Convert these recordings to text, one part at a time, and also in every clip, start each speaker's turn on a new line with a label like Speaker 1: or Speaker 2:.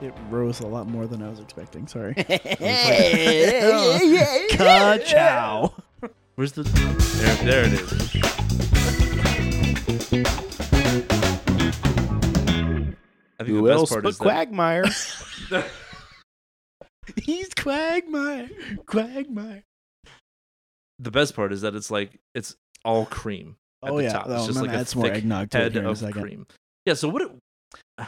Speaker 1: It rose a lot more than I was expecting. Sorry.
Speaker 2: Ka-chow. Where's the?
Speaker 3: There, there it is. I think
Speaker 2: Who
Speaker 3: the best
Speaker 2: else
Speaker 3: part
Speaker 2: but
Speaker 3: is that-
Speaker 2: Quagmire?
Speaker 1: He's Quagmire. Quagmire.
Speaker 3: the best part is that it's like it's all cream. At
Speaker 1: Oh
Speaker 3: the
Speaker 1: yeah.
Speaker 3: top.
Speaker 1: Oh,
Speaker 3: It's
Speaker 1: I'm
Speaker 3: just
Speaker 1: gonna
Speaker 3: like a
Speaker 1: add some more
Speaker 3: thick
Speaker 1: eggnog to it
Speaker 3: Head
Speaker 1: here in a
Speaker 3: of
Speaker 1: second.
Speaker 3: cream. Yeah. So what?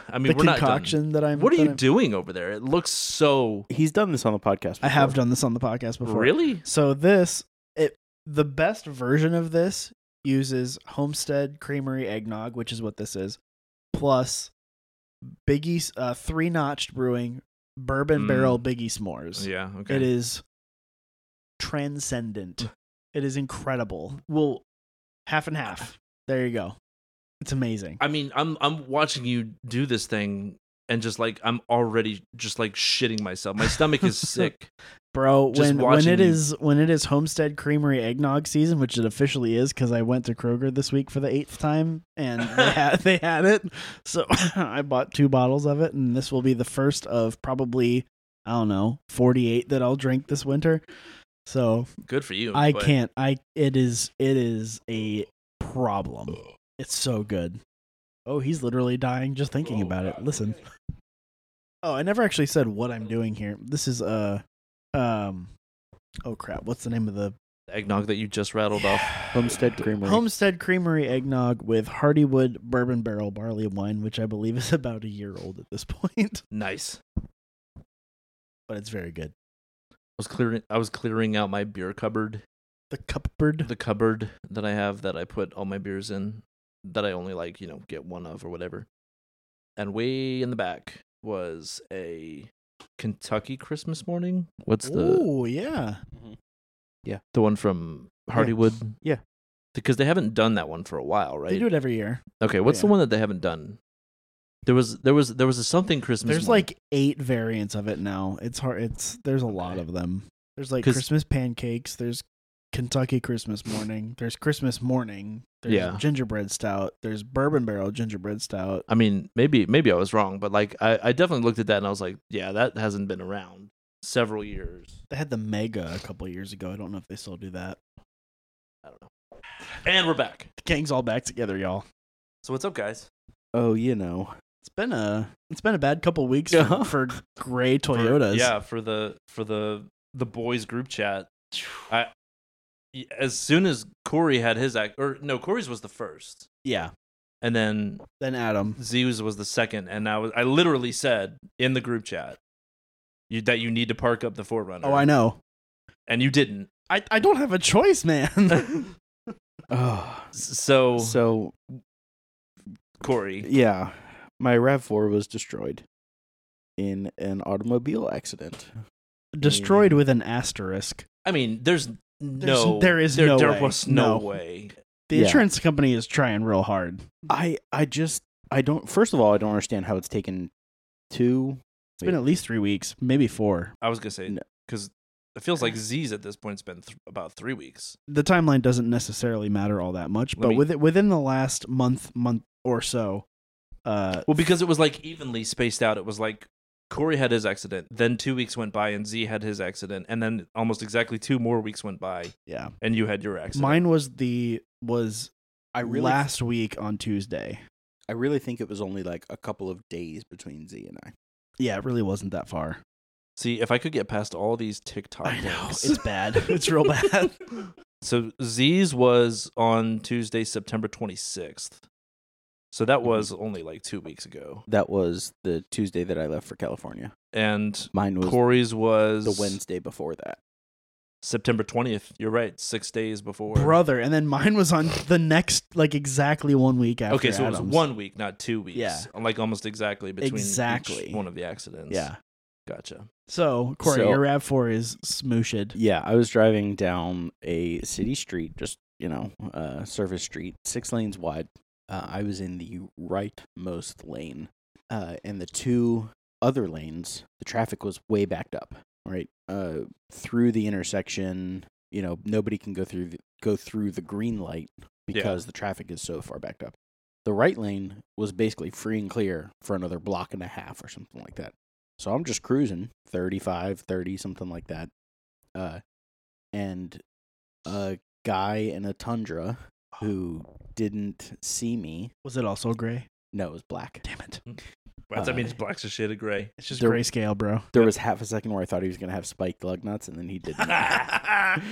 Speaker 3: I mean,
Speaker 1: the
Speaker 3: we're not
Speaker 1: concoction that
Speaker 3: done.
Speaker 1: I'm.
Speaker 3: What are
Speaker 1: that
Speaker 3: you
Speaker 1: I'm-
Speaker 3: doing over there? It looks so.
Speaker 2: He's done this on the podcast. Before.
Speaker 1: I have done this on the podcast before.
Speaker 3: Really?
Speaker 1: So this, it the best version of this uses Homestead Creamery eggnog, which is what this is, plus Biggie's uh, three notched brewing bourbon
Speaker 3: Mm.
Speaker 1: barrel Biggie s'mores.
Speaker 3: Yeah. Okay.
Speaker 1: It is transcendent. it is incredible. Well, half and half. There you go. It's amazing.
Speaker 3: I mean, I'm I'm watching you do this thing and just like I'm already just like shitting myself. My stomach is sick.
Speaker 1: Bro,
Speaker 3: Just
Speaker 1: when when
Speaker 3: watching
Speaker 1: it
Speaker 3: you-
Speaker 1: is when it is Homestead Creamery eggnog season, which it officially is, because I went to Kroger this week for the eighth time, and they had they had it, so I bought two bottles of it, and this will be the first of probably I don't know forty eight that I'll drink this winter. So
Speaker 3: Good for you.
Speaker 1: I
Speaker 3: but-
Speaker 1: can't. I it is it is a problem. It's so good. Oh, he's literally dying just thinking about it. Listen. Oh, I never actually said what I'm doing here. This is uh um oh crap, what's the name of the
Speaker 3: eggnog that you just rattled off.
Speaker 2: Homestead Creamery.
Speaker 1: Homestead Creamery eggnog with Hardywood bourbon barrel barley wine, which I believe is about a year old at this point,
Speaker 3: Nice.
Speaker 1: but it's very good.
Speaker 3: I was clearing I was clearing out my beer cupboard,
Speaker 1: The cupboard.
Speaker 3: the cupboard that I have that I put all my beers in that I only like, you know, get one of or whatever. And way in the back was a Kentucky Christmas morning. What's the
Speaker 1: Oh, yeah.
Speaker 3: the one from Hardywood?
Speaker 2: Yeah.
Speaker 3: Because they haven't done that one for a while, right?
Speaker 1: They do it every year.
Speaker 3: Okay, what's the
Speaker 1: Yeah.
Speaker 3: one that they haven't done? There was there was there was a something Christmas.
Speaker 1: There's
Speaker 3: morning.
Speaker 1: like eight variants of it now. It's hard. It's there's a lot of them. There's like
Speaker 3: 'Cause-
Speaker 1: Christmas pancakes. There's Kentucky Christmas morning. There's Christmas morning. There's
Speaker 3: Yeah.
Speaker 1: gingerbread stout. There's bourbon barrel gingerbread stout.
Speaker 3: I mean, maybe maybe I was wrong, but like I, I definitely looked at that and I was like, yeah, that hasn't been around several years.
Speaker 1: They had the mega a couple years ago. I don't know if they still do that.
Speaker 3: I don't know. And we're back.
Speaker 1: The gang's all back together, y'all.
Speaker 3: So what's up, guys?
Speaker 2: Oh, you know.
Speaker 1: It's been a it's been a bad couple weeks for, for gray Toyotas.
Speaker 3: For, yeah, for the for the the boys group chat. I as soon as Corey had his act, or no, Corey's was the first,
Speaker 1: yeah.
Speaker 3: and then
Speaker 1: Then Adam.
Speaker 3: Zeus was the second, and I was I literally said in the group chat you, that you need to park up the forerunner.
Speaker 1: Oh, I know.
Speaker 3: and you didn't.
Speaker 1: I I don't have a choice, man.
Speaker 2: Oh.
Speaker 3: So,
Speaker 2: So
Speaker 3: Corey,
Speaker 2: yeah, my Rav Four was destroyed in an automobile accident.
Speaker 1: Destroyed with an asterisk.
Speaker 3: I mean, there's no,
Speaker 1: there is
Speaker 3: there,
Speaker 1: no
Speaker 3: there
Speaker 1: way.
Speaker 3: was no,
Speaker 1: No.
Speaker 3: way.
Speaker 1: The
Speaker 2: Yeah.
Speaker 1: insurance company is trying real hard.
Speaker 2: I I just I don't. First of all, I don't understand how it's taken two.
Speaker 1: It's been at least three weeks, maybe four.
Speaker 3: I was gonna say
Speaker 2: No.
Speaker 3: because it feels like Z's at this point's been th- about three weeks.
Speaker 1: The timeline doesn't necessarily matter all that much,
Speaker 3: Let
Speaker 1: but
Speaker 3: me-
Speaker 1: with within the last month, month or so, uh,
Speaker 3: Well, because it was like evenly spaced out. It was like Corey had his accident, then two weeks went by, and Z had his accident, and then almost exactly two more weeks went by,
Speaker 1: yeah,
Speaker 3: and you had your accident.
Speaker 1: mine was the was
Speaker 2: I really
Speaker 1: last week on Tuesday.
Speaker 2: I really think it was only like a couple of days between Z and I.
Speaker 1: Yeah, it really wasn't that far.
Speaker 3: See, if I could get past all these TikTok, links.
Speaker 1: it's bad. It's real bad.
Speaker 3: So Z's was on Tuesday, September 26th. So
Speaker 1: Mm-hmm.
Speaker 3: that was only like two weeks ago.
Speaker 2: That was the Tuesday that I left for California.
Speaker 3: And
Speaker 2: Mine was
Speaker 3: Corey's was
Speaker 2: the Wednesday before that.
Speaker 3: September 20th. You're right. Six days before.
Speaker 1: Brother, and then mine was on the next, like exactly one week after.
Speaker 3: okay, so it was
Speaker 1: Adam's.
Speaker 3: one week, not two weeks.
Speaker 1: Yeah.
Speaker 3: Like almost exactly between each
Speaker 1: Exactly.
Speaker 3: one of the accidents.
Speaker 1: Yeah.
Speaker 3: Gotcha.
Speaker 1: So Corey,
Speaker 2: So-
Speaker 1: your Rav Four is smooshed.
Speaker 2: Yeah, I was driving down a city street, just you know, uh, service street, six lanes wide. Uh, I was in the rightmost lane, uh, and the two other lanes, the traffic was way backed up. Right uh, through the intersection, you know, nobody can go through the, go through the green light because the traffic is so far backed up. The right lane was basically free and clear for another block and a half or something like that. So I'm just cruising 35, 30, something like that. Uh, and a guy in a tundra who didn't see me.
Speaker 1: Was it also gray?
Speaker 2: No, it was black.
Speaker 1: Damn it.
Speaker 3: Well, that
Speaker 2: Uh,
Speaker 3: means blacks are shaded gray.
Speaker 1: It's just
Speaker 2: There-
Speaker 1: grayscale, bro.
Speaker 2: There was half a second where I thought he was going to have spiked lug nuts, and then he
Speaker 3: Do
Speaker 2: didn't.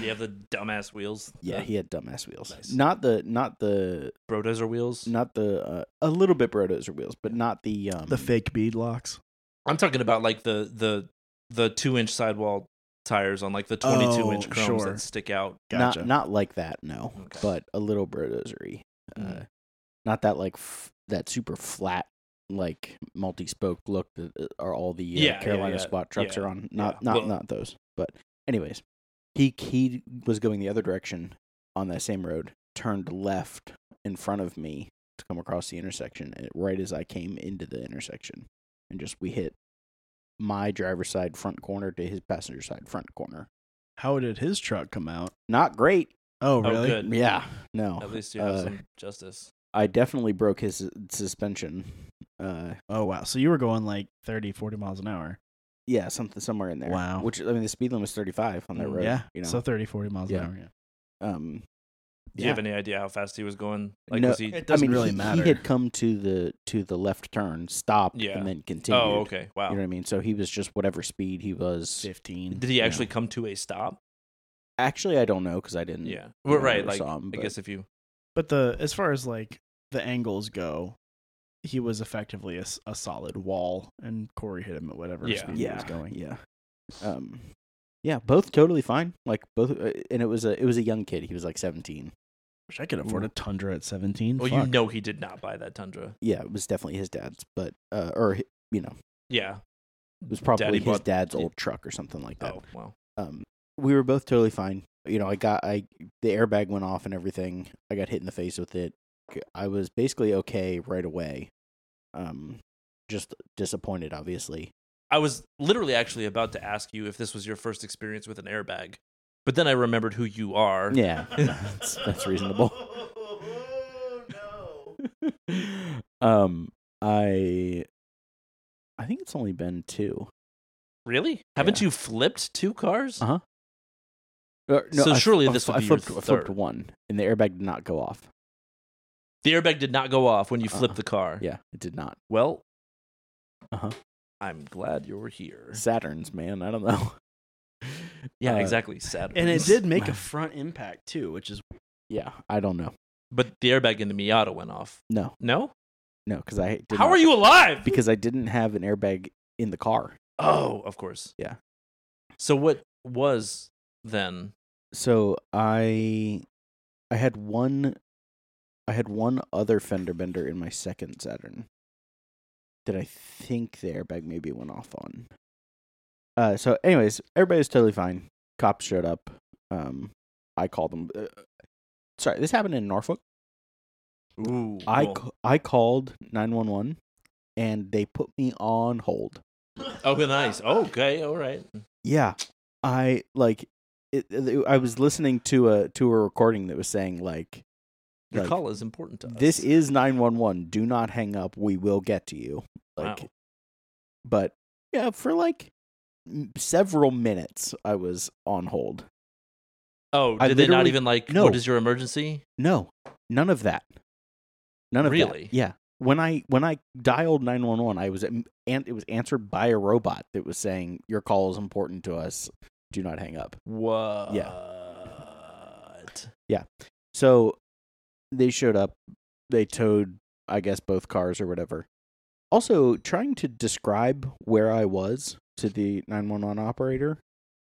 Speaker 3: you have the dumbass wheels?
Speaker 2: yeah,
Speaker 3: The
Speaker 2: he had dumbass wheels.
Speaker 3: Nice.
Speaker 2: Not the, not the,
Speaker 3: Brodozer wheels?
Speaker 2: not the, uh, a little bit brodozer wheels, but not the, um,
Speaker 1: The fake bead locks.
Speaker 3: I'm talking about like the the the two inch sidewall tires on like the 22 inch
Speaker 1: Oh,
Speaker 3: chromes
Speaker 1: sure.
Speaker 3: that stick out.
Speaker 1: Gotcha.
Speaker 2: Not not like that, no.
Speaker 3: Okay.
Speaker 2: But a little brodozery. Uh,
Speaker 3: Mhm.
Speaker 2: not that like f- that super flat like multi-spoke look that uh, are all the uh,
Speaker 3: Yeah, yeah,
Speaker 2: Carolina
Speaker 3: yeah,
Speaker 2: spot trucks
Speaker 3: yeah,
Speaker 2: are on. Not
Speaker 3: yeah.
Speaker 2: not
Speaker 3: Well-
Speaker 2: not those. But anyways, he he was going the other direction on that same road, turned left in front of me to come across the intersection and right as I came into the intersection and just we hit my driver's side front corner to his passenger side front corner.
Speaker 1: How did his truck come out?
Speaker 2: Not great.
Speaker 1: Oh,
Speaker 3: Oh,
Speaker 1: really?
Speaker 3: good.
Speaker 2: Yeah. No.
Speaker 3: At least you have
Speaker 2: uh,
Speaker 3: some justice.
Speaker 2: I definitely broke his s- suspension. Uh,
Speaker 1: Oh, wow. So you were going like 30, 40 miles an hour.
Speaker 2: yeah, something somewhere in there.
Speaker 1: Wow.
Speaker 2: Which I mean, the speed limit's thirty five on that
Speaker 3: Mm,
Speaker 2: road.
Speaker 1: yeah.
Speaker 2: You know.
Speaker 1: So 30, 40 miles an
Speaker 2: Yeah.
Speaker 1: hour. Yeah.
Speaker 2: um,
Speaker 3: Do you
Speaker 2: yeah.
Speaker 3: have any idea how fast he was going? Like
Speaker 2: No,
Speaker 3: was he
Speaker 1: It
Speaker 2: I
Speaker 1: doesn't
Speaker 2: mean,
Speaker 1: really
Speaker 2: he,
Speaker 1: matter.
Speaker 2: He had come to the to the left turn, stopped,
Speaker 3: Yeah.
Speaker 2: and then continued.
Speaker 3: Oh, okay. Wow.
Speaker 2: You know what I mean? So he was just whatever speed he was.
Speaker 1: 15.
Speaker 3: Did he
Speaker 2: Yeah.
Speaker 3: actually come to a stop?
Speaker 2: Actually, I don't know because I didn't.
Speaker 3: Yeah.
Speaker 2: I
Speaker 3: Well,
Speaker 2: never
Speaker 3: right, like
Speaker 2: saw him,
Speaker 3: I
Speaker 2: but-
Speaker 3: guess if you
Speaker 1: But the as far as like the angles go, he was effectively a, s- a solid wall, and Corey hit him at whatever
Speaker 3: Yeah.
Speaker 1: speed he
Speaker 2: yeah,
Speaker 1: was going.
Speaker 2: Yeah. Um, yeah, both totally fine. Like both, uh, and it was a it was a young kid. He was like seventeen.
Speaker 1: Wish I could afford a Tundra at 17.
Speaker 2: Mm,
Speaker 3: Well,
Speaker 1: Fuck.
Speaker 3: oh, you know he did not buy that Tundra.
Speaker 2: Yeah, it was definitely his dad's, but uh, or hi- you know,
Speaker 3: Yeah.
Speaker 2: It was probably
Speaker 3: Daddy
Speaker 2: his
Speaker 3: bought-
Speaker 2: dad's old truck or something like that.
Speaker 3: Oh, wow.
Speaker 2: Um, we were both totally fine. You know, I got I the airbag went off and everything. I got hit in the face with it. I was basically okay right away. Um, just disappointed, obviously.
Speaker 3: I was literally actually about to ask you if this was your first experience with an airbag, but then I remembered who you are.
Speaker 2: Yeah, that's, that's reasonable. um, I I think it's only been two.
Speaker 3: Really? Haven't you flipped two cars?
Speaker 2: Uh, Or,
Speaker 3: So
Speaker 2: f-
Speaker 3: surely
Speaker 2: Uh, I
Speaker 3: this
Speaker 2: f-
Speaker 3: would
Speaker 2: I
Speaker 3: be your
Speaker 2: flipped, I flipped
Speaker 3: third.
Speaker 2: one, and the airbag did not go off.
Speaker 3: The airbag did not go off when you
Speaker 2: Uh-uh.
Speaker 3: flipped the car.
Speaker 2: Yeah, it did not.
Speaker 3: Well,
Speaker 2: Uh-huh.
Speaker 3: I'm glad you were here.
Speaker 2: Saturns, man. I don't know.
Speaker 3: Yeah,
Speaker 2: Uh,
Speaker 3: exactly. Sad.
Speaker 1: and it did make a front impact too, which is
Speaker 2: Yeah, I don't know.
Speaker 3: But the airbag in the Miata went off.
Speaker 2: No,
Speaker 3: No?
Speaker 2: no, because I did
Speaker 3: How
Speaker 2: not-
Speaker 3: are you alive?
Speaker 2: Because I didn't have an airbag in the car.
Speaker 3: Oh, of course.
Speaker 2: Yeah.
Speaker 3: So what was then?
Speaker 2: So I, I had one, I had one other fender bender in my second Saturn. That I think the airbag maybe went off on. Uh, so anyways, everybody's totally fine. Cops showed up. Um, I called them. Uh, sorry, this happened in Norfolk.
Speaker 3: Ooh.
Speaker 2: I
Speaker 3: cool.
Speaker 2: ca- I called 911 and they put me on hold.
Speaker 3: Oh, good, nice. Okay, all right.
Speaker 2: Yeah. I like it, it- I was listening to a to a recording that was saying like,
Speaker 3: Your
Speaker 2: like,
Speaker 3: call is important to us.
Speaker 2: this is 911. Do not hang up. We will get to you. Like
Speaker 3: Wow.
Speaker 2: but yeah, for like m- several minutes I was on hold.
Speaker 3: Oh,
Speaker 2: I
Speaker 3: did they not
Speaker 2: literally-
Speaker 3: even like?
Speaker 2: No.
Speaker 3: What is your emergency?
Speaker 2: No, none of that. None of that.
Speaker 3: Really?
Speaker 2: Yeah. When I when I dialed nine one one, I was and it was answered by a robot that was saying your call is important to us. Do not hang up.
Speaker 3: What?
Speaker 2: So they showed up. They towed, I guess, both cars or whatever. Also, trying to describe where I was to the nine one one operator,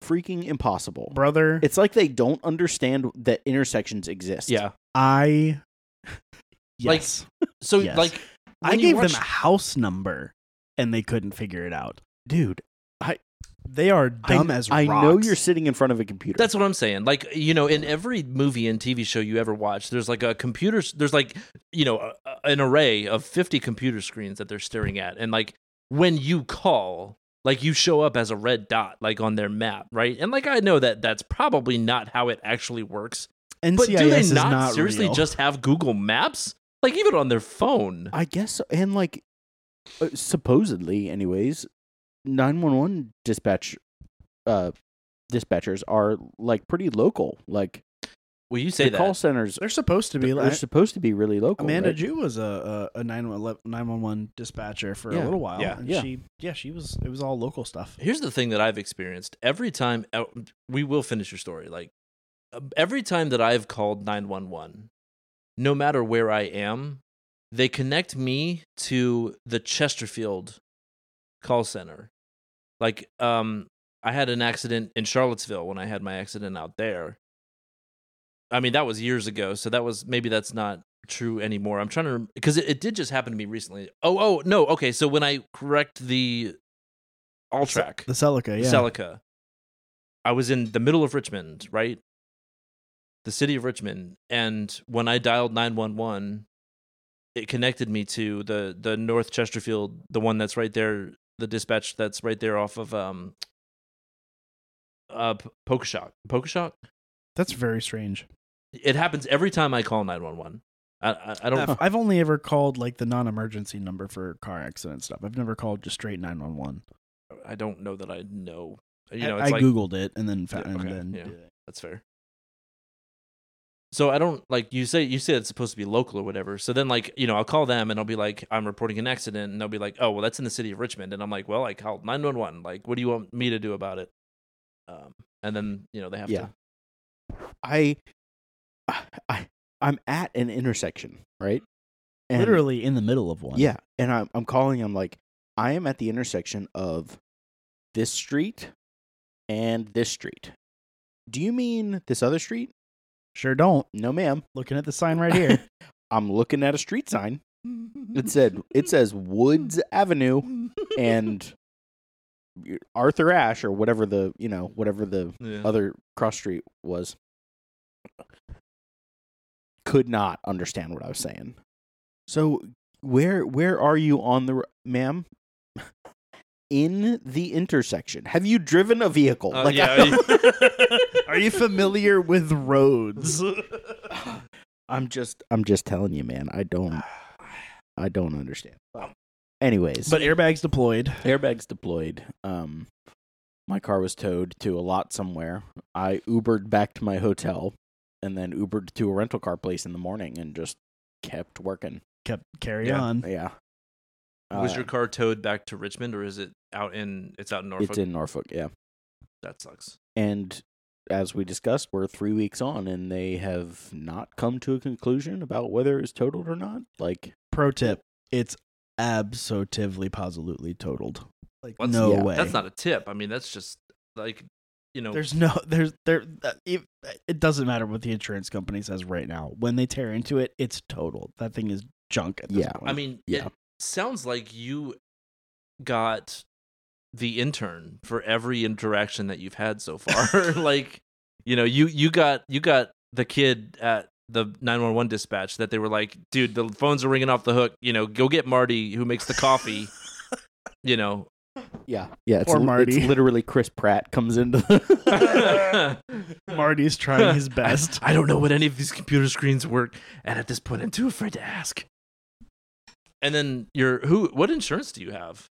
Speaker 2: freaking impossible.
Speaker 1: brother.
Speaker 2: It's like they don't understand that intersections exist.
Speaker 3: Yeah.
Speaker 1: I
Speaker 3: Like,
Speaker 1: yes,
Speaker 3: So
Speaker 1: Yes.
Speaker 3: like,
Speaker 1: I
Speaker 3: when you
Speaker 1: gave
Speaker 3: watch-
Speaker 1: them a house number, and they couldn't figure it out, dude. I they are
Speaker 2: I-
Speaker 1: dumb as
Speaker 2: I
Speaker 1: rocks.
Speaker 2: know you're sitting in front of a computer.
Speaker 3: That's what I'm saying. Like, you know, in every movie and TV show you ever watch, there's like a computer. s- There's like, you know, a, a- an array of 50 computer screens that they're staring at, and like when you call. Like you show up as a red dot, like on their map, right? And like I know that that's probably not how it actually works,
Speaker 1: NCIS
Speaker 3: but do they
Speaker 1: is
Speaker 3: not,
Speaker 1: not,
Speaker 3: seriously
Speaker 1: real.
Speaker 3: just have Google Maps? Like even on their phone?
Speaker 2: I guess, so. and like, uh, supposedly, anyways, 911 dispatch uh dispatchers are like pretty local. Like
Speaker 3: Well, you say
Speaker 2: the call
Speaker 3: that.
Speaker 2: centers
Speaker 1: They're supposed to be.
Speaker 2: they're
Speaker 1: Like,
Speaker 2: supposed to be really local.
Speaker 1: Amanda
Speaker 2: right?
Speaker 1: Jew was a a, a 911 911 dispatcher for
Speaker 2: Yeah,
Speaker 1: a little while.
Speaker 3: yeah,
Speaker 1: and
Speaker 2: yeah.
Speaker 1: She yeah she was it was all local stuff.
Speaker 3: Here's the thing that I've experienced every time. uh, We will finish your story. Like uh, every time that I've called 911, no matter where I am, they connect me to the Chesterfield call center. Like, um, I had an accident in Charlottesville when I had my accident out there. I mean, that was years ago, so that was maybe that's not true anymore. I'm trying to because it, it did just happen to me recently. Oh, oh no, okay. So when I correct the all track,
Speaker 1: The Celica, yeah.
Speaker 3: Celica. I was in the middle of Richmond, right? The city of Richmond. And when I dialed 911, it connected me to the, the North Chesterfield, the one that's right there, the dispatch that's right there off of um, uh, P- Pokeshock. Pokeshock?
Speaker 1: That's very strange.
Speaker 3: It happens every time I call 911. I, I, I don't.
Speaker 1: I've, I've only ever called like the non-emergency number for car accident stuff. I've never called just straight 911.
Speaker 3: I don't know that I know. You
Speaker 1: I-
Speaker 3: know,
Speaker 1: I,
Speaker 3: it's like
Speaker 1: googled it and then found
Speaker 3: Yeah, okay,
Speaker 1: and
Speaker 3: yeah.
Speaker 1: then
Speaker 3: That's fair. So I don't like you say you say it's supposed to be local or whatever. So then like you know I'll call them and I'll be like I'm reporting an accident and they'll be like oh well that's in the city of Richmond and I'm like well I called nine one one like what do you want me to do about it? Um, and then you know they have
Speaker 2: Yeah.
Speaker 3: to
Speaker 2: I I I'm at an intersection, right? And-
Speaker 1: literally in the middle of one.
Speaker 2: Yeah, and I'm I'm calling. I'm like, I am at the intersection of this street and this street. Do you mean this other street?
Speaker 1: Sure don't.
Speaker 2: No, ma'am.
Speaker 1: Looking at the sign right here.
Speaker 2: I'm looking at a street sign. It said it says Woods Avenue and Arthur Ashe or whatever the you know whatever the
Speaker 3: yeah.
Speaker 2: other cross street was. Could not understand what I was saying. So where where are you on the r- ma'am? In the intersection. Have you driven a vehicle?
Speaker 3: Oh,
Speaker 2: like I
Speaker 3: yeah.
Speaker 2: don't-
Speaker 1: Are you familiar with roads?
Speaker 2: I'm just I'm just telling you, man. I don't I don't understand. Anyways,
Speaker 1: But airbags deployed.
Speaker 2: airbags deployed. Um, my car was towed to a lot somewhere. I Ubered back to my hotel, and then Ubered to a rental car place in the morning, and just kept working.
Speaker 1: Kept carry
Speaker 3: Yeah.
Speaker 1: on.
Speaker 2: Yeah.
Speaker 3: Was
Speaker 2: Uh,
Speaker 3: your car towed back to Richmond or is it out in it's out in Norfolk?
Speaker 2: It's in Norfolk, yeah.
Speaker 3: that sucks.
Speaker 2: And as we discussed, we're three weeks on, and they have not come to a conclusion about whether it was totaled or not. Like,
Speaker 1: Pro tip: It's absolutely, positively totaled. Like
Speaker 3: What's-
Speaker 1: no
Speaker 2: Yeah.
Speaker 1: way.
Speaker 3: That's not a tip. I mean that's just like you know
Speaker 1: There's no. There's there. that- It, it doesn't matter what the insurance company says right now. When they tear into it, it's totaled. That thing is junk. At this
Speaker 2: Yeah.
Speaker 1: point.
Speaker 3: I mean,
Speaker 2: Yeah.
Speaker 3: it sounds like you got the intern for every interaction that you've had so far. like, you know, you you got you got the kid at the 911 dispatch that they were like, dude, the phones are ringing off the hook. You know, go get Marty who makes the coffee. you know,
Speaker 2: yeah, yeah. It's,
Speaker 1: Poor
Speaker 2: li-
Speaker 1: Marty.
Speaker 2: it's literally Chris Pratt comes into. The
Speaker 1: Marty's trying his best.
Speaker 3: I, I don't know what any of these computer screens work, and at this point, I'm too afraid to ask. And then your who? What insurance do you have?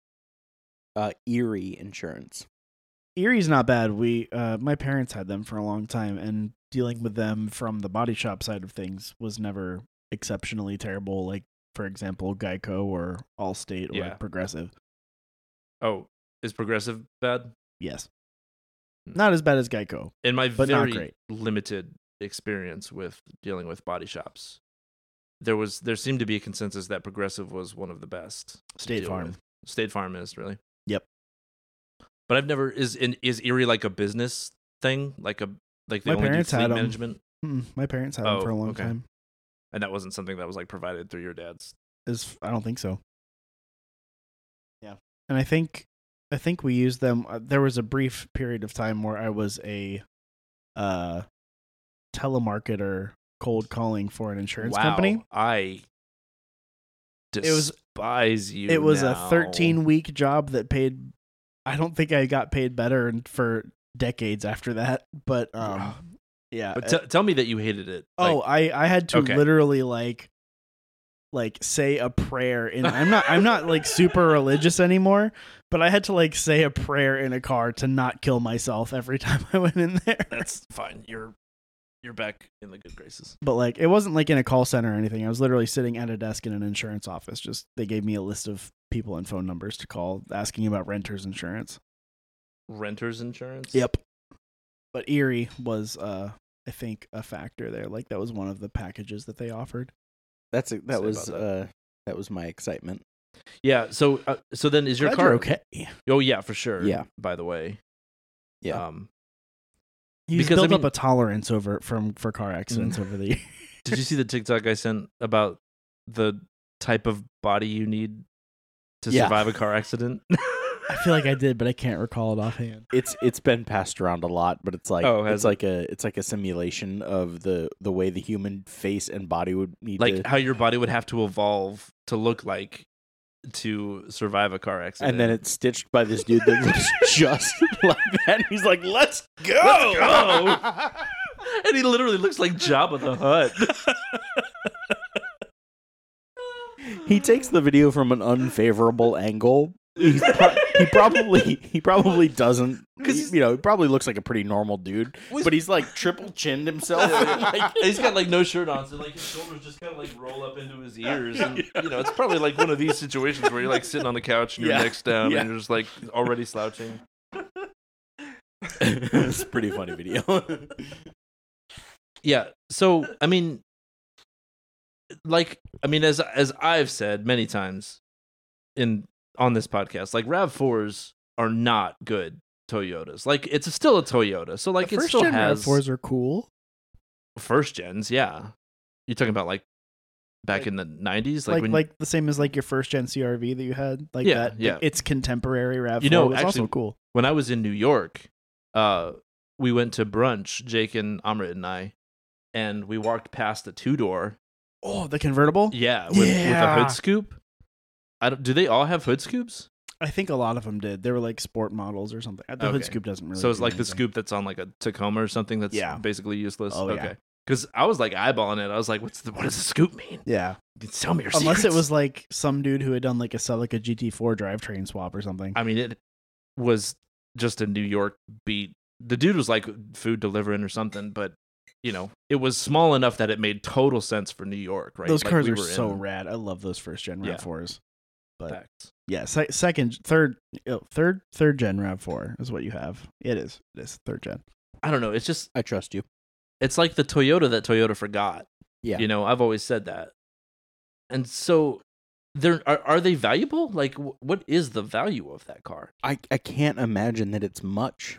Speaker 2: uh, Erie Insurance.
Speaker 1: Erie's not bad. We uh my parents had them for a long time and dealing with them from the body shop side of things was never exceptionally terrible like for example Geico or Allstate or
Speaker 3: Yeah.
Speaker 1: Progressive.
Speaker 3: Oh, is Progressive bad?
Speaker 1: Yes.
Speaker 3: Hmm.
Speaker 1: Not as bad as Geico.
Speaker 3: In my
Speaker 1: But not
Speaker 3: very
Speaker 1: great.
Speaker 3: limited experience with dealing with body shops, there was there seemed to be a consensus that Progressive was one of the best. to
Speaker 1: State
Speaker 3: deal
Speaker 1: Farm.
Speaker 3: with. State Farm is really.
Speaker 1: Yep.
Speaker 3: But I've never is in is Erie like a business thing like a like they
Speaker 1: My
Speaker 3: only do
Speaker 1: parents
Speaker 3: fleet
Speaker 1: had 'em.
Speaker 3: management
Speaker 1: Mm, my parents had
Speaker 3: Oh,
Speaker 1: them for a long
Speaker 3: okay.
Speaker 1: time.
Speaker 3: and that wasn't something that was like provided through your dad's.
Speaker 1: Is I don't think so. Yeah. And I think I think we used them uh, there was a brief period of time where I was a uh telemarketer cold calling for an insurance
Speaker 3: wow,
Speaker 1: company.
Speaker 3: I
Speaker 1: It was-
Speaker 3: despise you.
Speaker 1: it was
Speaker 3: now.
Speaker 1: a 13 week job that paid i don't think i got paid better and for decades after that but um yeah
Speaker 3: But
Speaker 1: Uh,
Speaker 3: t- tell me that you hated it.
Speaker 1: oh
Speaker 3: Like,
Speaker 1: i i had to
Speaker 3: Okay.
Speaker 1: literally like like say a prayer in I'm not I'm not like super religious anymore, but I had to like say a prayer in a car to not kill myself every time I went in there.
Speaker 3: That's fine. You're you're back in the good graces.
Speaker 1: But like it wasn't like in a call center or anything. I was literally sitting at a desk in an insurance office. Just they gave me a list of people and phone numbers to call asking about renters insurance.
Speaker 3: Renters insurance.
Speaker 1: But Erie was uh I think a factor there. Like that was one of the packages that they offered.
Speaker 2: That's a, that
Speaker 3: Say
Speaker 2: was
Speaker 3: about
Speaker 2: uh that was my excitement.
Speaker 3: Yeah. So uh, so then is your
Speaker 1: Glad
Speaker 3: car
Speaker 1: you're okay?
Speaker 3: Oh yeah, for sure.
Speaker 2: Yeah.
Speaker 3: By the way.
Speaker 2: Yeah.
Speaker 3: Um,
Speaker 1: He's
Speaker 3: Because, I
Speaker 1: built
Speaker 3: mean- Mm.
Speaker 1: up a tolerance over from for car accidents over the years.
Speaker 3: did you see the TikTok I sent about the type of body you need to
Speaker 2: Yeah.
Speaker 3: survive a car accident?
Speaker 1: I feel like I did, but I can't recall it offhand.
Speaker 2: It's it's been passed around a lot, but it's like
Speaker 3: Oh, has
Speaker 2: it's
Speaker 3: it?
Speaker 2: like a it's like a simulation of the the way the human face and body would need
Speaker 3: like
Speaker 2: to
Speaker 3: how your body would have to evolve to look like to survive a car accident.
Speaker 2: and then it's stitched by this dude that looks just like that. And he's like, "Let's go."
Speaker 3: Let's go! Oh! and he literally looks like Jabba the Hutt.
Speaker 2: He takes the video from an unfavorable angle. He's pro- he probably he probably doesn't
Speaker 3: 'Cause he's-
Speaker 2: you know, he probably looks like a pretty normal dude,
Speaker 3: Was-
Speaker 2: but he's like triple chinned himself. like,
Speaker 3: he's got like no shirt on, so like his shoulders just kind of like roll up into his ears, and you know it's probably like one of these situations where you're like sitting on the couch and your
Speaker 2: Yeah.
Speaker 3: neck's down,
Speaker 2: Yeah.
Speaker 3: and you're just like already slouching.
Speaker 2: it's a pretty funny video.
Speaker 3: Yeah. So I mean, like I mean, as as I've said many times in on this podcast, like Rav fours are not good Toyotas. Like it's still a Toyota, so like
Speaker 1: The
Speaker 3: it
Speaker 1: first
Speaker 3: still
Speaker 1: gen
Speaker 3: has
Speaker 1: RAV4s are cool.
Speaker 3: first gens. Yeah, you're talking about like back
Speaker 1: Like-
Speaker 3: in the '90s,
Speaker 1: Like
Speaker 3: like
Speaker 1: like,
Speaker 3: when
Speaker 1: the same as like your first gen CRV that you had. Like
Speaker 3: Yeah,
Speaker 1: that.
Speaker 3: yeah.
Speaker 1: It's contemporary RAV4
Speaker 3: You know,
Speaker 1: was also
Speaker 3: actually-
Speaker 1: cool.
Speaker 3: when I was in New York, uh, we went to brunch, Jake and Amrit and I, and we walked past a two door.
Speaker 1: Oh, the convertible?
Speaker 3: Yeah, with, with a
Speaker 1: Yeah.
Speaker 3: hood scoop. I don't, do they all have hood scoops?
Speaker 1: I think a lot of them did. They were like sport models or something. The
Speaker 3: Okay.
Speaker 1: hood scoop doesn't really
Speaker 3: so it's
Speaker 1: do
Speaker 3: like the
Speaker 1: anything.
Speaker 3: scoop that's on like a Tacoma or something that's
Speaker 1: Yeah.
Speaker 3: basically useless.
Speaker 1: Oh, yeah.
Speaker 3: okay. Because I was like eyeballing it. I was like, what's the, what does the scoop mean?
Speaker 1: Yeah.
Speaker 3: Tell me your
Speaker 1: Unless it
Speaker 3: secrets.
Speaker 1: was like some dude who had done like a Celica GT4 drivetrain swap or something.
Speaker 3: I mean, it was just a New York beat. The dude was like food delivering or something, but you know, it was small enough that it made total sense for New York, right?
Speaker 1: Those
Speaker 3: Like,
Speaker 1: cars
Speaker 3: we
Speaker 1: are
Speaker 3: were
Speaker 1: so
Speaker 3: in
Speaker 1: rad. I love those first gen
Speaker 3: Yeah.
Speaker 1: RAV4s. But
Speaker 3: Facts.
Speaker 1: yeah, se- second, third, oh, third, third gen RAV4 is what you have. It is. It is third gen.
Speaker 3: I don't know. It's just
Speaker 2: I trust you.
Speaker 3: it's like the Toyota that Toyota forgot.
Speaker 2: Yeah.
Speaker 3: You know, I've always said that. And so they're are, are they valuable? Like wh- what is the value of that car?
Speaker 2: I I can't imagine that it's much.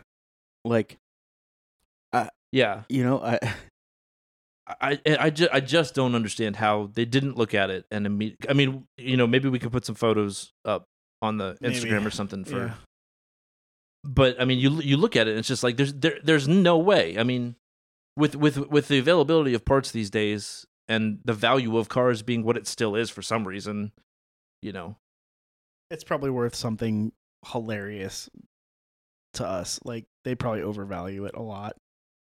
Speaker 2: Like,
Speaker 3: Yeah.
Speaker 2: you know, I
Speaker 3: I I, I, ju- I just don't understand how they didn't look at it and imme- I mean, you know, maybe we could put some photos up on the
Speaker 1: Maybe.
Speaker 3: Instagram or something for
Speaker 1: Yeah.
Speaker 3: but I mean, you you look at it, and it's just like there's there there's no way. I mean, with with with the availability of parts these days and the value of cars being what it still is for some reason, you know,
Speaker 1: It's probably worth something hilarious to us. Like they probably overvalue it a lot.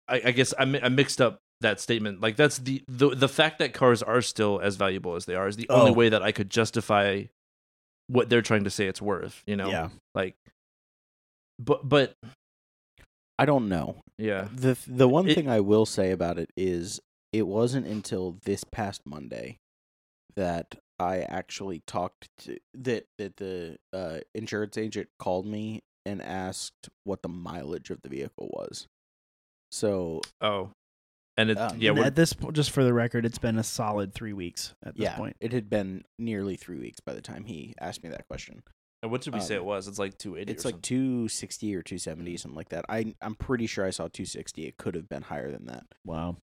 Speaker 3: I, I guess I, mi- I mixed up that statement. Like that's the, the the fact that cars are still as valuable as they are is the only
Speaker 1: Oh.
Speaker 3: way that I could justify what they're trying to say it's worth. You know, like, but but
Speaker 2: I don't know.
Speaker 3: yeah,
Speaker 2: the The one
Speaker 3: It-
Speaker 2: thing I will say about it is, it wasn't until this past Monday that I actually talked to that that the uh, insurance agent called me and asked what the mileage of the vehicle was. So
Speaker 3: oh, and it
Speaker 2: Um,
Speaker 3: yeah
Speaker 1: And
Speaker 3: we're,
Speaker 1: at this point, just for the record, it's been a solid three weeks at this
Speaker 2: yeah,
Speaker 1: point.
Speaker 2: it had been nearly three weeks by the time he asked me that question.
Speaker 3: and what did we say
Speaker 2: um,
Speaker 3: it was? It's like two eighty.
Speaker 2: It's like 260 or 270,
Speaker 1: Mm.
Speaker 2: something like that. I I'm pretty sure I saw 260. It could have been higher than that.
Speaker 1: Wow.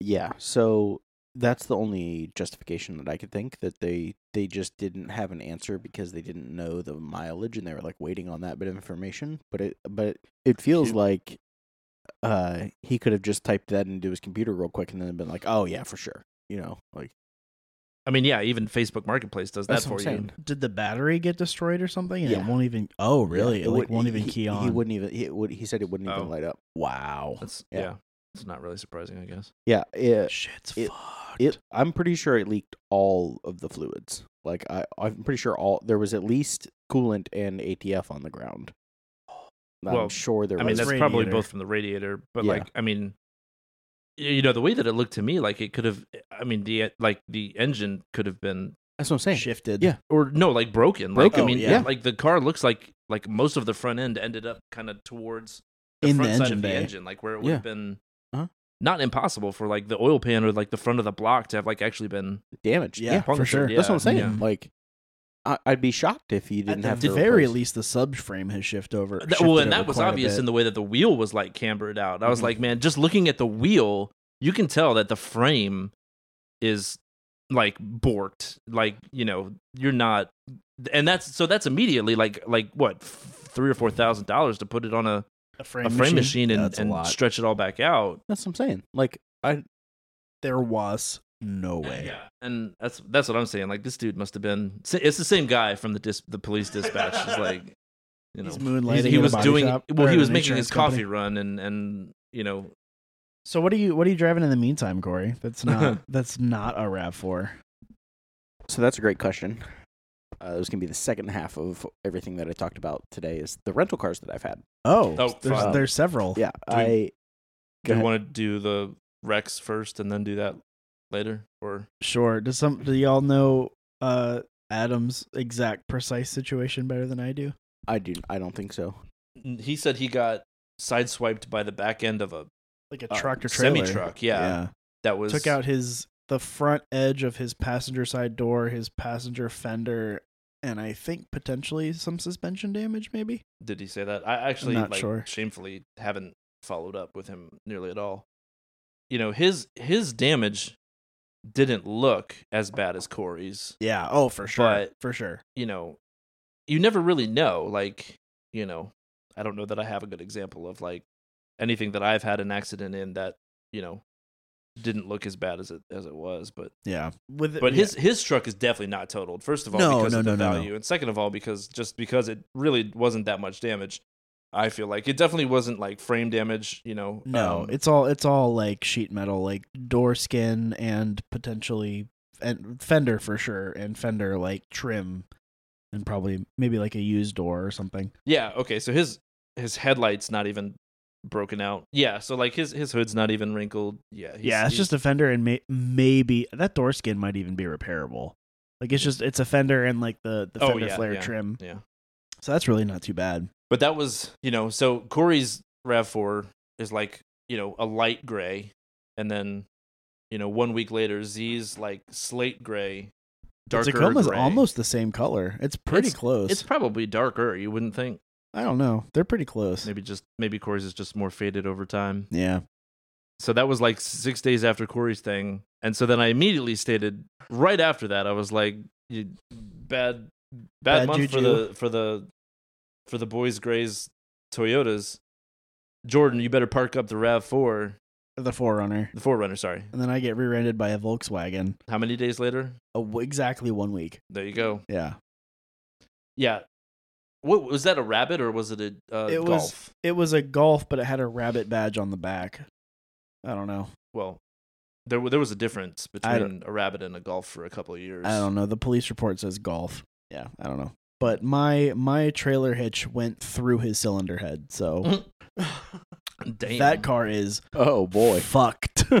Speaker 2: Yeah. So that's the only justification that I could think that they they just didn't have an answer because they didn't know the mileage and they were like waiting on that bit of information. But it but it feels
Speaker 3: Shoot.
Speaker 2: like uh he could have just typed that into his computer real quick and then been like, oh yeah, for sure. You know, like
Speaker 3: I mean, yeah, even Facebook Marketplace does that
Speaker 2: that's what
Speaker 3: for
Speaker 2: I'm
Speaker 3: you.
Speaker 2: saying.
Speaker 1: Did the battery get destroyed or something? And
Speaker 2: Yeah.
Speaker 1: It won't even. Oh,
Speaker 2: Yeah,
Speaker 1: really? it like
Speaker 2: wouldn't-
Speaker 1: won't
Speaker 2: he-
Speaker 1: even
Speaker 2: he-
Speaker 1: key on.
Speaker 2: He wouldn't even. He, would, he said it wouldn't
Speaker 3: Oh.
Speaker 2: even light up.
Speaker 1: Wow.
Speaker 3: That's
Speaker 2: Yeah.
Speaker 3: yeah. It's not really surprising, I guess.
Speaker 2: Yeah, it,
Speaker 1: Shit's
Speaker 2: It-
Speaker 1: fucked.
Speaker 2: it i'm pretty sure it leaked all of the fluids like i i'm pretty sure all there was at least coolant and atf on the ground i'm
Speaker 3: Well,
Speaker 2: sure
Speaker 3: I
Speaker 2: there was
Speaker 3: mean,
Speaker 1: was
Speaker 3: that's probably
Speaker 1: radiator.
Speaker 3: both from the radiator, but
Speaker 2: Yeah.
Speaker 3: like, I mean, y- you know, the way that it looked to me, like it could have, I mean, the like the engine could have been,
Speaker 2: that's what i'm saying
Speaker 1: shifted.
Speaker 2: Yeah.
Speaker 3: or no, like broken. Like,
Speaker 2: Broken,
Speaker 3: I mean,
Speaker 1: oh, yeah.
Speaker 3: like the car looks like like most of the front end ended up kind of towards the
Speaker 1: In the
Speaker 3: front side
Speaker 1: engine
Speaker 3: of the
Speaker 1: bay.
Speaker 3: engine, like where it would have been
Speaker 2: Uh-huh.
Speaker 3: not impossible for like the oil pan or like the front of the block to have like actually been.
Speaker 2: damaged
Speaker 1: Yeah,
Speaker 2: yeah,
Speaker 1: for
Speaker 3: punctured,
Speaker 1: sure.
Speaker 3: yeah.
Speaker 2: that's what i'm saying
Speaker 3: yeah.
Speaker 2: like I, i'd be shocked if you
Speaker 1: At
Speaker 2: didn't
Speaker 1: the
Speaker 2: have to
Speaker 1: very least,
Speaker 2: replace-
Speaker 1: the subframe has shifted over.
Speaker 3: That- well, and that was obvious in the way that the wheel was like cambered out. I was
Speaker 2: Mhm.
Speaker 1: Mm-hmm.
Speaker 3: like, man, just looking at the wheel, you can tell that the frame is like borked. Like, you know, you're not, and that's so that's immediately like like what f- three or four thousand dollars to put it on a,
Speaker 1: a
Speaker 3: a frame machine,
Speaker 1: Yeah,
Speaker 3: and,
Speaker 1: that's a
Speaker 3: and
Speaker 1: lot.
Speaker 3: stretch it all back out.
Speaker 2: that's what i'm saying like i
Speaker 1: there was no way.
Speaker 3: Yeah, and that's that's what I'm saying. Like this dude must have been. It's the same guy from the dis, the police dispatch. Is like, you know,
Speaker 1: He's
Speaker 3: He's-
Speaker 1: moonlighting.
Speaker 3: he
Speaker 1: in a
Speaker 3: was
Speaker 1: body
Speaker 3: doing
Speaker 1: shop,
Speaker 3: well
Speaker 1: or
Speaker 3: he
Speaker 1: in
Speaker 3: was
Speaker 1: an
Speaker 3: making
Speaker 1: insurance
Speaker 3: his
Speaker 1: company.
Speaker 3: coffee run and and you know
Speaker 1: So what are you what are you driving in the meantime, Corey? That's not that's not a Rav Four.
Speaker 2: so that's a great question uh, it was going to be the second half of everything that I talked about today is the rental cars that I've had.
Speaker 1: Oh,
Speaker 3: Oh,
Speaker 1: there's
Speaker 2: fuck.
Speaker 1: there's several.
Speaker 2: Yeah,
Speaker 3: Do
Speaker 2: I Go
Speaker 3: do you
Speaker 2: ahead.
Speaker 3: want to do the rex first and then do that later or
Speaker 1: Sure. Does some do y'all know uh Adam's exact precise situation better than I do?
Speaker 2: I do I don't think so.
Speaker 3: he said he got sideswiped by the back end of a
Speaker 1: Like a
Speaker 3: uh,
Speaker 1: tractor trailer.
Speaker 3: semi-truck yeah, that was
Speaker 1: Took out his the front edge of his passenger side door, his passenger fender, and I think potentially some suspension damage maybe.
Speaker 3: did he say that i actually
Speaker 1: not
Speaker 3: like
Speaker 1: sure.
Speaker 3: shamefully haven't followed up with him nearly at all you know his his damage didn't look as bad as corey's
Speaker 1: Yeah, oh for sure.
Speaker 3: But-
Speaker 1: for sure.
Speaker 3: you know, you never really know. Like, you know, I don't know that I have a good example of like anything that I've had an accident in that you know didn't look as bad as it as it was. But
Speaker 1: Yeah. With
Speaker 3: but
Speaker 1: yeah.
Speaker 3: his his truck is definitely not totaled. First of all,
Speaker 1: No,
Speaker 3: because
Speaker 1: no,
Speaker 3: of the
Speaker 1: no, no, no.
Speaker 3: value, and second of all, because just because it really wasn't that much damage. I feel like it definitely wasn't like frame damage. You know,
Speaker 1: No,
Speaker 3: um,
Speaker 1: it's all it's all like sheet metal, like door skin and potentially and fender for sure, and fender like trim, and probably maybe like a used door or something.
Speaker 3: Yeah, okay. So his his headlight's not even broken out. Yeah, so like his his hood's not even wrinkled. Yeah. he's-
Speaker 1: yeah, it's
Speaker 3: he's-
Speaker 1: just a fender, and may, maybe that door skin might even be repairable. Like it's just it's a fender and like the the
Speaker 3: Oh,
Speaker 1: fender
Speaker 3: yeah,
Speaker 1: flare
Speaker 3: yeah,
Speaker 1: trim.
Speaker 3: yeah.
Speaker 1: so that's really not too bad.
Speaker 3: But that was, you know, so Corey's RAV4 is like, you know, a light gray. And then, you know, one week later, Z's like slate gray, darker.
Speaker 1: the Tacoma's
Speaker 3: gray.
Speaker 1: almost the same color. It's pretty close.
Speaker 3: It's probably darker, you wouldn't think.
Speaker 1: I don't know. They're pretty close.
Speaker 3: Maybe just, maybe Corey's is just more faded over time.
Speaker 1: Yeah.
Speaker 3: So that was like six days after Corey's thing. And so then I immediately stated right after that, I was like, you, bad,
Speaker 1: Bad
Speaker 3: bad, month for
Speaker 1: juju.
Speaker 3: the, for the, for the boys' grays Toyotas. Jordan, you better park up the RAV4
Speaker 1: The Forerunner.
Speaker 3: The Forerunner, sorry.
Speaker 1: And then I get rear-ended by a Volkswagen.
Speaker 3: How many days later?
Speaker 1: A w exactly one week.
Speaker 3: There you go.
Speaker 1: Yeah.
Speaker 3: Yeah. What was that? A rabbit or was it a uh,
Speaker 1: It was-
Speaker 3: golf?
Speaker 1: It was a golf, but it had a rabbit badge on the back. I don't know.
Speaker 3: Well, there wa- there was a difference
Speaker 1: I
Speaker 3: between a rabbit and a golf for a couple of years.
Speaker 1: I don't know. The police report says golf. Yeah, I don't know. But my my trailer hitch went through his cylinder head, so
Speaker 3: Mm, Damn.
Speaker 1: that car is
Speaker 2: Oh boy.
Speaker 1: fucked.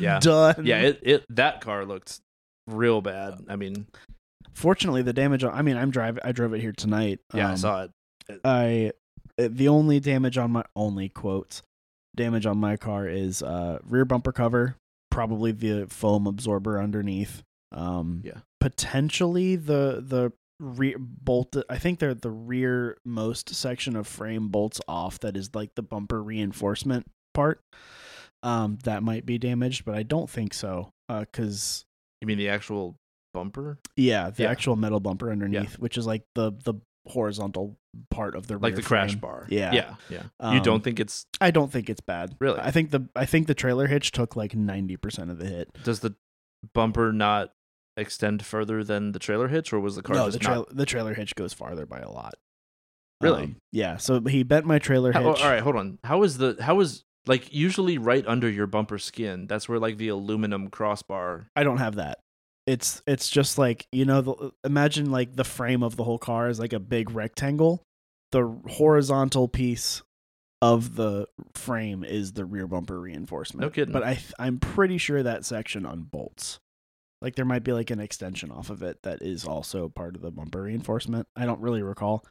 Speaker 3: Yeah.
Speaker 1: Done.
Speaker 3: Yeah, it, it that car looked real bad. I mean,
Speaker 1: Fortunately, the damage. On, I mean, I'm drive. I drove it here tonight.
Speaker 3: yeah, I
Speaker 1: Um,
Speaker 3: saw it.
Speaker 1: I eh, the only damage on my only quotes damage on my car is uh rear bumper cover, probably the foam absorber underneath. Um
Speaker 3: Yeah.
Speaker 1: potentially the the rear bolt I think they're the rear most section of frame bolts off that is like the bumper reinforcement part. Um that might be damaged, but I don't think so. Uh cuz
Speaker 3: You mean the actual bumper,
Speaker 1: yeah, the
Speaker 3: Yeah.
Speaker 1: actual metal bumper underneath, which is like the the horizontal part of the
Speaker 3: like
Speaker 1: rear
Speaker 3: the crash
Speaker 1: frame.
Speaker 3: bar?
Speaker 1: Yeah.
Speaker 3: yeah, yeah. you
Speaker 1: Um,
Speaker 3: don't think it's
Speaker 1: I don't think it's bad.
Speaker 3: Really?
Speaker 1: I think the I think the trailer hitch took like ninety percent of the hit.
Speaker 3: does the bumper not extend further than the trailer hitch, or was the car
Speaker 1: no,
Speaker 3: just
Speaker 1: the
Speaker 3: not
Speaker 1: trail the trailer hitch goes farther by a lot.
Speaker 3: Really?
Speaker 1: Um, yeah. So he bent my trailer
Speaker 3: How- oh,
Speaker 1: hitch.
Speaker 3: all right, hold on. How is the how is Like usually right under your bumper skin. That's where like the aluminum crossbar.
Speaker 1: I don't have that. It's it's just like you know, the, imagine like the frame of the whole car is like a big rectangle. The horizontal piece of the frame is the rear bumper reinforcement.
Speaker 3: No kidding.
Speaker 1: But I th- I'm pretty sure that section unbolts. Like there might be like an extension off of it that is also part of the bumper reinforcement. I don't really recall.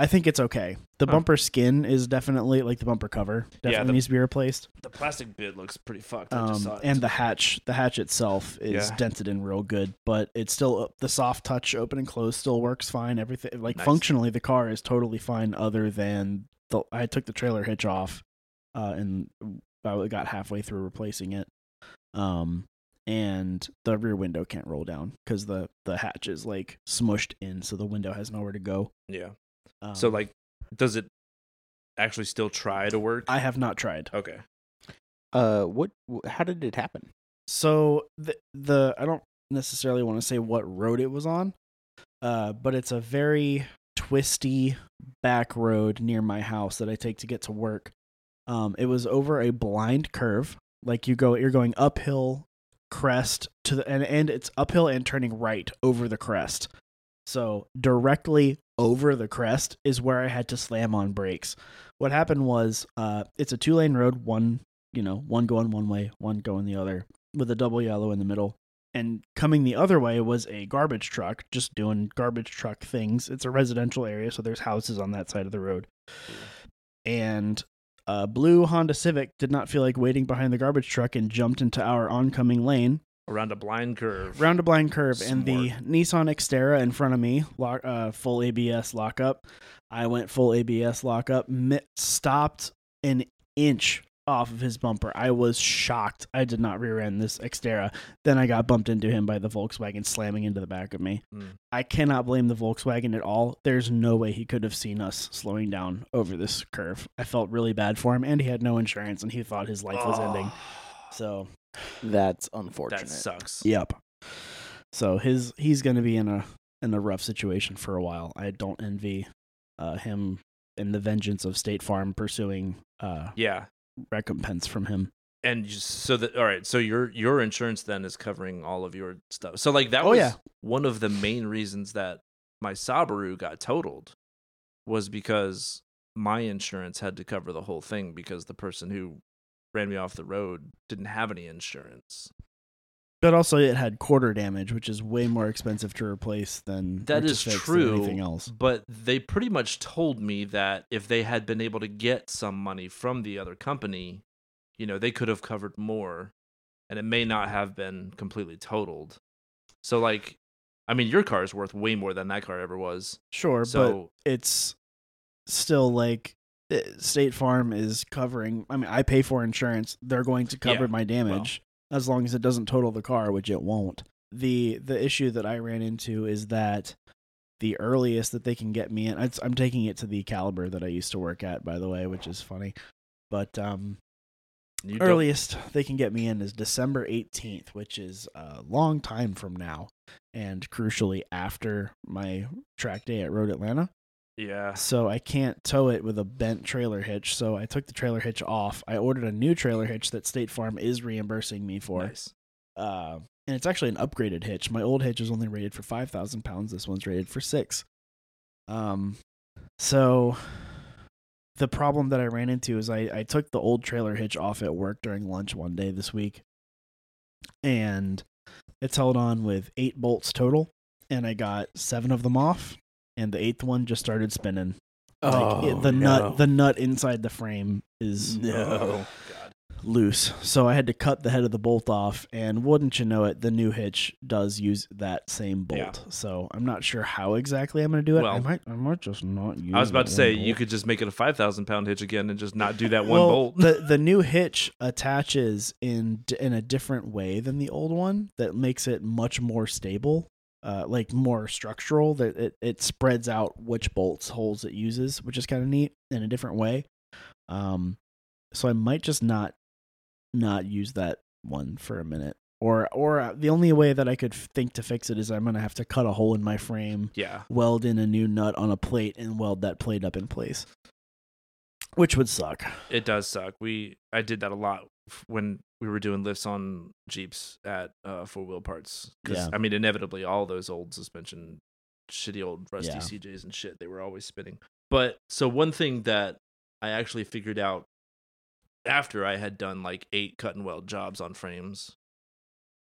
Speaker 1: I think it's okay. The
Speaker 3: Huh.
Speaker 1: bumper skin is definitely like the bumper cover definitely
Speaker 3: the-
Speaker 1: needs to be replaced.
Speaker 3: The plastic bit looks pretty fucked. I just
Speaker 1: Um,
Speaker 3: saw it.
Speaker 1: and the hatch, the hatch itself is
Speaker 3: Yeah.
Speaker 1: dented in real good, but it's still uh, the soft touch open and close still works fine. Everything like
Speaker 3: Nice.
Speaker 1: functionally, the car is totally fine. Other than the, I took the trailer hitch off, uh, and I got halfway through replacing it. Um, and the rear window can't roll down because the the hatch is like smushed in, so the window has nowhere to go.
Speaker 3: yeah.
Speaker 1: Um,
Speaker 3: so like, does it actually still try to work?
Speaker 1: I have not tried.
Speaker 3: okay.
Speaker 2: Uh, what? wh- How did it happen?
Speaker 1: So the the I don't necessarily want to say what road it was on, uh, but it's a very twisty back road near my house that I take to get to work. Um, it was over a blind curve, like you go, you're going uphill, crest to the and and it's uphill and turning right over the crest. So directly over the crest is where I had to slam on brakes. What happened was, uh, it's a two lane road, one you know, one going one way, one going the other with a double yellow in the middle. And coming the other way was a garbage truck just doing garbage truck things. It's a residential area, so there's houses on that side of the road. And a blue Honda Civic did not feel like waiting behind the garbage truck and jumped into our oncoming lane,
Speaker 3: Around a blind curve.
Speaker 1: round a blind curve, and the Nissan Xterra in front of me, lock, uh, full ABS lockup. I went full ABS lockup, mi- stopped an inch off of his bumper. I was shocked. I did not rear end this Xterra. Then I got bumped into him by the Volkswagen slamming into the back of me.
Speaker 3: Mm.
Speaker 1: I cannot blame the Volkswagen at all. There's no way he could have seen us slowing down over this curve. I felt really bad for him, and he had no insurance, and he thought his life was ending.
Speaker 3: Ah.
Speaker 1: So,
Speaker 2: That's unfortunate.
Speaker 3: That sucks.
Speaker 1: yep. So his he's going to be in a in a rough situation for a while. I don't envy uh, him and the vengeance of State Farm pursuing uh,
Speaker 3: Yeah.
Speaker 1: recompense from him.
Speaker 3: And you, so that all right. So your your insurance then is covering all of your stuff. So like that
Speaker 1: Oh,
Speaker 3: was
Speaker 1: yeah.
Speaker 3: one of the main reasons that my Sabaru got totaled was because my insurance had to cover the whole thing because the person who ran me off the road didn't have any insurance.
Speaker 1: But also, it had quarter damage, which is way more expensive to replace than
Speaker 3: That
Speaker 1: or to
Speaker 3: is
Speaker 1: fix than
Speaker 3: true.
Speaker 1: Anything else?
Speaker 3: But they pretty much told me that if they had been able to get some money from the other company, you know, they could have covered more and it may not have been completely totaled. So, like, I mean, your car is worth way more than that car ever was.
Speaker 1: Sure,
Speaker 3: so,
Speaker 1: but it's still like eh, State Farm is covering. I mean, I pay for insurance; they're going to cover
Speaker 3: Yeah,
Speaker 1: my damage as long as it doesn't total the car, which it won't. the The issue that I ran into is that the earliest that they can get me in. It's, I'm taking it to the caliber that I used to work at, by the way, which is funny. But um,
Speaker 3: you don't-
Speaker 1: earliest they can get me in is December 18th, which is a long time from now and crucially after my track day at Road Atlanta.
Speaker 3: Yeah.
Speaker 1: So I can't tow it with a bent trailer hitch. So I took the trailer hitch off. I ordered a new trailer hitch that State Farm is reimbursing me for.
Speaker 3: Nice.
Speaker 1: Uh, and it's actually an upgraded hitch. My old hitch is only rated for 5,000 pounds. This one's rated for six. Um, so the problem that I ran into is I, I took the old trailer hitch off at work during lunch one day this week. And it's held on with eight bolts total. And I got seven of them off. And the eighth one just started spinning. Like,
Speaker 3: Oh,
Speaker 1: it- the nut, the nut inside the frame is
Speaker 2: No.
Speaker 3: Oh, God.
Speaker 1: loose. So I had to cut the head of the bolt off, and wouldn't you know it, the new hitch does use that same bolt.
Speaker 3: Yeah.
Speaker 1: So I'm not sure how exactly I'm going to do it. I
Speaker 3: Well,
Speaker 1: might, I might just not use.
Speaker 3: I was about
Speaker 1: that
Speaker 3: to
Speaker 1: one
Speaker 3: say, you
Speaker 1: bolt.
Speaker 3: could just make it a 5,000 pound hitch again and just not do that one
Speaker 1: well,
Speaker 3: bolt.
Speaker 1: the the new hitch attaches in d- in a different way than the old one that makes it much more stable. Uh, like more structural that it, it spreads out which bolts holes it uses, which is kind of neat in a different way. Um, so I might just not not use that one for a minute. Or or uh, the only way that I could f- think to fix it is I'm gonna have to cut a hole in my frame,
Speaker 3: yeah.
Speaker 1: weld in a new nut on a plate, and weld that plate up in place. which would suck.
Speaker 3: It does suck. We I did that a lot f- when we were doing lifts on Jeeps at uh, Four Wheel Parts. 'Cause,
Speaker 1: Yeah.
Speaker 3: I mean, inevitably, all those old suspension, shitty old rusty
Speaker 1: Yeah.
Speaker 3: CJs and shit, they were always spinning. But so one thing that I actually figured out after I had done like eight cut and weld jobs on frames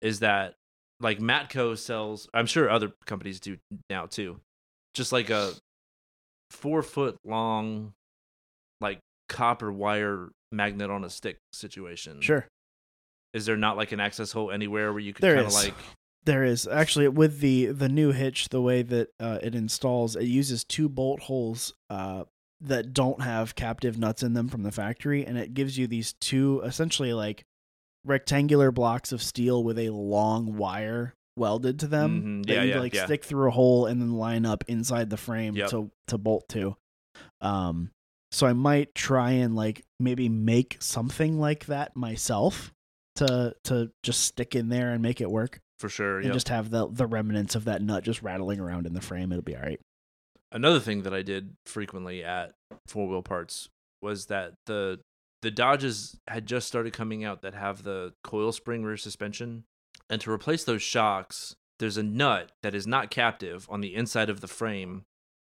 Speaker 3: is that like Matco sells, I'm sure other companies do now too, just like a four foot long, like copper wire magnet on a stick situation.
Speaker 1: Sure,
Speaker 3: Is there not like an access hole anywhere where you could
Speaker 1: There
Speaker 3: kind of
Speaker 1: is.
Speaker 3: like,
Speaker 1: there is actually with the the new hitch, the way that uh, it installs, it uses two bolt holes uh, that don't have captive nuts in them from the factory, and it gives you these two essentially like rectangular blocks of steel with a long wire welded to them
Speaker 3: Mhm.
Speaker 1: that
Speaker 3: Yeah,
Speaker 1: you
Speaker 3: yeah,
Speaker 1: like
Speaker 3: yeah.
Speaker 1: stick through a hole and then line up inside the frame
Speaker 3: Yep.
Speaker 1: to to bolt to. Um, so I might try and like maybe make something like that myself to to just stick in there and make it work
Speaker 3: for sure?
Speaker 1: and
Speaker 3: Yeah.
Speaker 1: just have the the remnants of that nut just rattling around in the frame. It'll be all right.
Speaker 3: Another thing that I did frequently at Four Wheel Parts was that the the Dodges had just started coming out that have the coil spring rear suspension, and to replace those shocks, there's a nut that is not captive on the inside of the frame.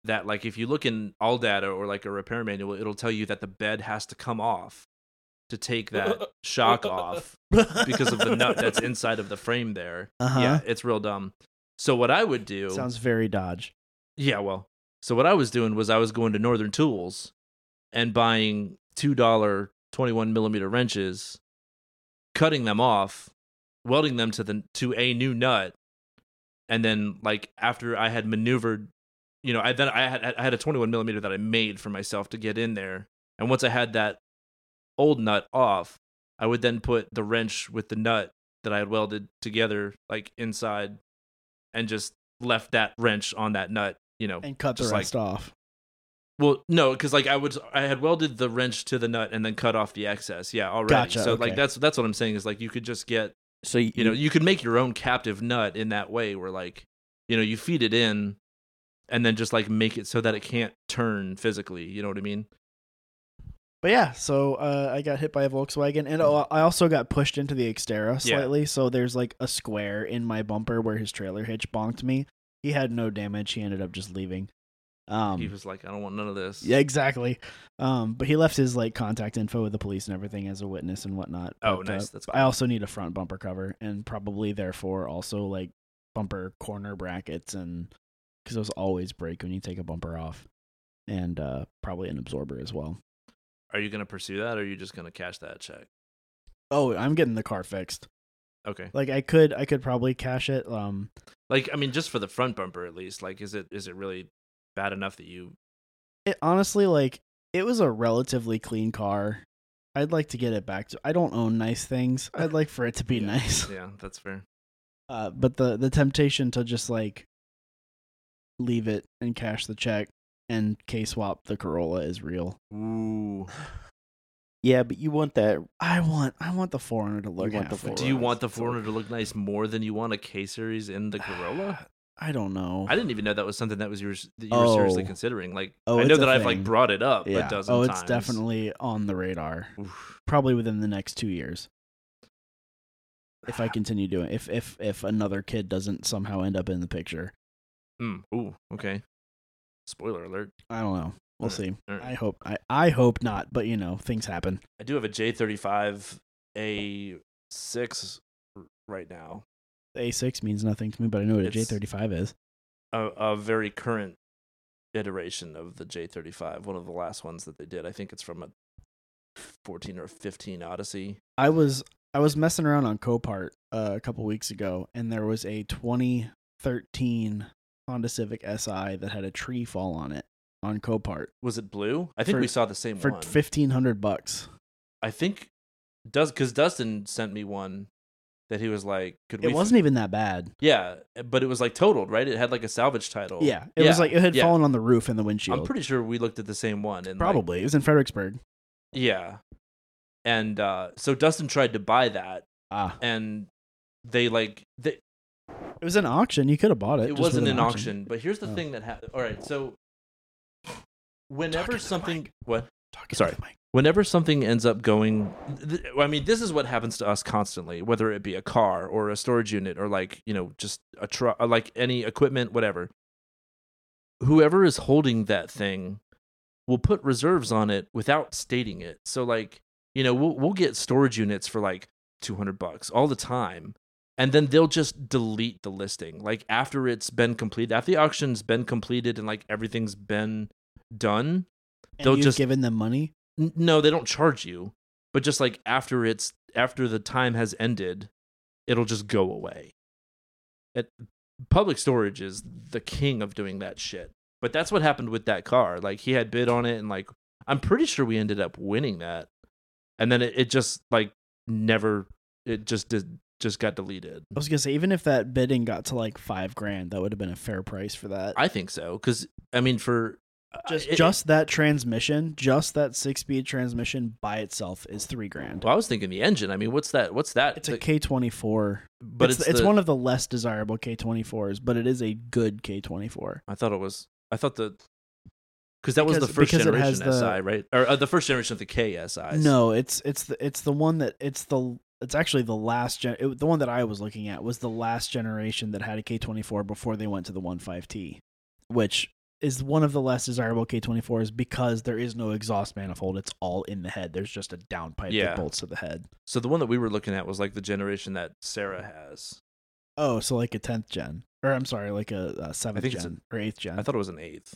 Speaker 3: That like if you look in all data or like a repair manual, it'll tell you that the bed has to come off to take that shock off because of the nut that's inside of the frame there.
Speaker 1: Uh-huh.
Speaker 3: Yeah, it's real dumb. So what I would do
Speaker 1: Sounds very dodge.
Speaker 3: Yeah, well. So what I was doing was I was going to Northern Tools and buying two dollar twenty one millimeter wrenches, cutting them off, welding them to the to a new nut, and then like after I had maneuvered you know, I then I had I had a 21 millimeter that I made for myself to get in there, and once I had that old nut off, I would then put the wrench with the nut that I had welded together, like inside, and just left that wrench on that nut. You know,
Speaker 1: And cut the
Speaker 3: Just like-
Speaker 1: rest off.
Speaker 3: well, no, because like I would I had welded the wrench to the nut and then cut off the excess. Yeah, already.
Speaker 1: Gotcha,
Speaker 3: so
Speaker 1: okay.
Speaker 3: like that's that's what I'm saying is like you could just get
Speaker 2: So you,
Speaker 3: you know you could make your own captive nut in that way where like you know you feed it in and then just like make it so that it can't turn physically you know what i mean
Speaker 1: But yeah, so uh, I got hit by a Volkswagen, and oh, I also got pushed into the Xterra
Speaker 3: Yeah.
Speaker 1: slightly. So there's like a square in my bumper where his trailer hitch bonked me. He had no damage. He ended up just leaving. Um,
Speaker 3: he was like i don't want none of this
Speaker 1: yeah, exactly. Um, but he left his like contact info with the police and everything as a witness and whatnot.
Speaker 3: Oh,
Speaker 1: But,
Speaker 3: nice.
Speaker 1: uh,
Speaker 3: That's
Speaker 1: I also need a front bumper cover and probably therefore also like bumper corner brackets and because those always break when you take a bumper off, and uh, probably an absorber as well.
Speaker 3: are you gonna pursue that or are you just gonna cash that check
Speaker 1: Oh, I'm getting the car fixed.
Speaker 3: okay
Speaker 1: Like I could, I could probably cash it. Um,
Speaker 3: like i mean just for the front bumper at least like is it is it really bad enough that you
Speaker 1: it honestly, like it was a relatively clean car. I'd like to get it back to. I don't own nice things. I'd like for it to be
Speaker 3: Yeah.
Speaker 1: nice.
Speaker 3: yeah that's fair
Speaker 1: Uh, but the the temptation to just like leave it and cash the check and K swap the Corolla is real.
Speaker 3: ooh
Speaker 2: yeah, but you want that.
Speaker 1: I want I want the foreigner to look
Speaker 2: You want the
Speaker 1: halfway.
Speaker 3: do you
Speaker 2: Corolla,
Speaker 3: want the
Speaker 2: it's all-
Speaker 3: 400 to look nice more than you want a k series in the corolla
Speaker 1: I don't know.
Speaker 3: I didn't even know that was something that was yours that you were seriously
Speaker 1: Oh.
Speaker 3: considering. Like
Speaker 1: Oh,
Speaker 3: I know
Speaker 1: it's a
Speaker 3: that I've like
Speaker 1: thing.
Speaker 3: brought it up
Speaker 2: Yeah.
Speaker 3: a dozen
Speaker 1: oh, it's
Speaker 3: times.
Speaker 1: definitely on the radar.
Speaker 3: Oof.
Speaker 1: Probably within the next two years. If I continue doing, if if if another kid doesn't somehow end up in the picture,
Speaker 3: Mm, ooh, okay. Spoiler alert.
Speaker 1: I don't know. We'll
Speaker 3: Okay.
Speaker 1: see.
Speaker 3: All right.
Speaker 1: I hope I I hope not, but you know things happen.
Speaker 3: I do have a J35 A6 r- right now.
Speaker 1: The A6 means nothing to me, but I know what a
Speaker 3: It's-
Speaker 1: J35 is.
Speaker 3: A, a very current iteration of the J35, one of the last ones that they did. I think it's from a 14 or 15 Odyssey.
Speaker 1: I was I was messing around on Copart uh, a couple weeks ago, and there was a 2013 Honda Civic Si that had a tree fall on it on Copart
Speaker 3: Was it blue? I think
Speaker 1: For-
Speaker 3: we saw the same
Speaker 1: for
Speaker 3: one.
Speaker 1: 1500 bucks.
Speaker 3: I think does because Dustin sent me one that he was like, "Could we?"
Speaker 1: It wasn't e-, even that bad.
Speaker 3: Yeah, but it was like totaled, right? It had like a salvage title.
Speaker 1: Yeah, it was like it had
Speaker 3: yeah.
Speaker 1: fallen on the roof and the windshield.
Speaker 3: I'm pretty sure we looked at the same one. And like-
Speaker 1: Probably it was in Fredericksburg.
Speaker 3: yeah. And uh, so Dustin tried to buy that,
Speaker 1: Ah,
Speaker 3: and they like they,
Speaker 1: it was an auction. You could have bought it.
Speaker 3: it
Speaker 1: just
Speaker 3: wasn't
Speaker 1: with
Speaker 3: an auction. But here's the
Speaker 1: Oh.
Speaker 3: thing that happened. All right, so
Speaker 1: Talking
Speaker 3: whenever
Speaker 1: to the
Speaker 3: something
Speaker 1: mic.
Speaker 3: what
Speaker 1: Talking
Speaker 3: Sorry.
Speaker 1: to the mic.
Speaker 3: whenever something ends up going th- i mean this is what happens to us constantly whether it be a car or a storage unit or like you know just a truck like any equipment whatever whoever is holding that thing will put reserves on it without stating it so like you know we'll, we'll get storage units for like 200 bucks all the time and then they'll just delete the listing like after it's been completed after the auction's been completed and like everything's been done
Speaker 1: And
Speaker 3: They'll
Speaker 1: you've
Speaker 3: just-
Speaker 1: given them money.
Speaker 3: N- no they don't charge you but just like after it's after the time has ended it'll just go away It public storage is the king of doing that shit but that's what happened with that car like he had bid on it and like i'm pretty sure we ended up winning that and then it, it just like never it just did just got deleted
Speaker 1: I was gonna say, even if that bidding got to like five grand, that would have been a fair price for that.
Speaker 3: i think so because i mean for
Speaker 1: just
Speaker 3: it-
Speaker 1: just that transmission, just that six speed transmission by itself is three grand.
Speaker 3: well, i was thinking the engine i mean what's that what's that
Speaker 1: It's a K twenty four,
Speaker 3: but
Speaker 1: it's,
Speaker 3: it's,
Speaker 1: it's,
Speaker 3: the-
Speaker 1: one of the less desirable K twenty fours, but it is a good K twenty four.
Speaker 3: I thought it was. I thought the because that was the
Speaker 1: Because-
Speaker 3: first
Speaker 1: because it
Speaker 3: generation
Speaker 1: has the-
Speaker 3: SI, right? Or uh, the first generation of the KSIs.
Speaker 1: No, it's it's the it's the one that it's the it's actually the last gen. It, the one that I was looking at was the last generation that had a K twenty four before they went to the 15T, which is one of the less desirable K twenty fours because there is no exhaust manifold. It's all in the head. There's just a downpipe
Speaker 3: Yeah.
Speaker 1: that bolts to the head.
Speaker 3: So the one that we were looking at was like the generation that Sarah has.
Speaker 1: Oh, so like a tenth gen, or I'm sorry, like a, a seventh
Speaker 3: think
Speaker 1: gen
Speaker 3: it's
Speaker 1: or eighth gen.
Speaker 3: I thought it was an eighth.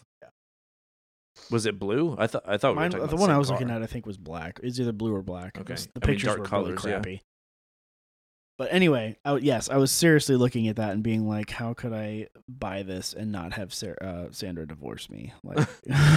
Speaker 3: Was it blue? I thought. I thought
Speaker 1: Mine,
Speaker 3: we were talking
Speaker 1: the
Speaker 3: about
Speaker 1: one I
Speaker 3: same
Speaker 1: was looking
Speaker 3: car.
Speaker 1: at, I think, was black. It's either blue or black.
Speaker 3: Okay.
Speaker 1: It's- The
Speaker 3: I mean,
Speaker 1: pictures
Speaker 3: dark
Speaker 1: were
Speaker 3: colors,
Speaker 1: really
Speaker 3: yeah.
Speaker 1: crappy. But anyway, I, w- yes, I was seriously looking at that and being like, how could I buy this and not have Sarah, uh, Sandra divorce me? Like,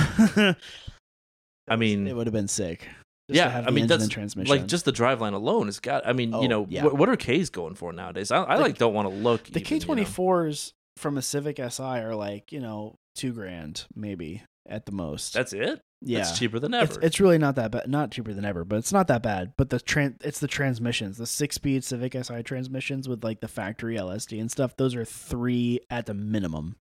Speaker 3: I mean,
Speaker 1: it would have been sick.
Speaker 3: Yeah, I mean,
Speaker 1: engine and
Speaker 3: that's,
Speaker 1: transmission.
Speaker 3: like just the driveline alone has got. I mean,
Speaker 1: Oh,
Speaker 3: you know,
Speaker 1: yeah.
Speaker 3: what, what are K's going for nowadays? I, I
Speaker 1: The-
Speaker 3: like don't want to look.
Speaker 1: the K
Speaker 3: even, you know?
Speaker 1: twenty fours from a Civic SI are like you know two grand maybe at the most.
Speaker 3: That's it.
Speaker 1: yeah,
Speaker 3: it's cheaper than
Speaker 1: It's,
Speaker 3: ever.
Speaker 1: it's really not that bad. Not cheaper than ever, but it's not that bad. But the tran- it's the transmissions, the six speed Civic SI transmissions with like the factory LSD and stuff. Those are three at the minimum.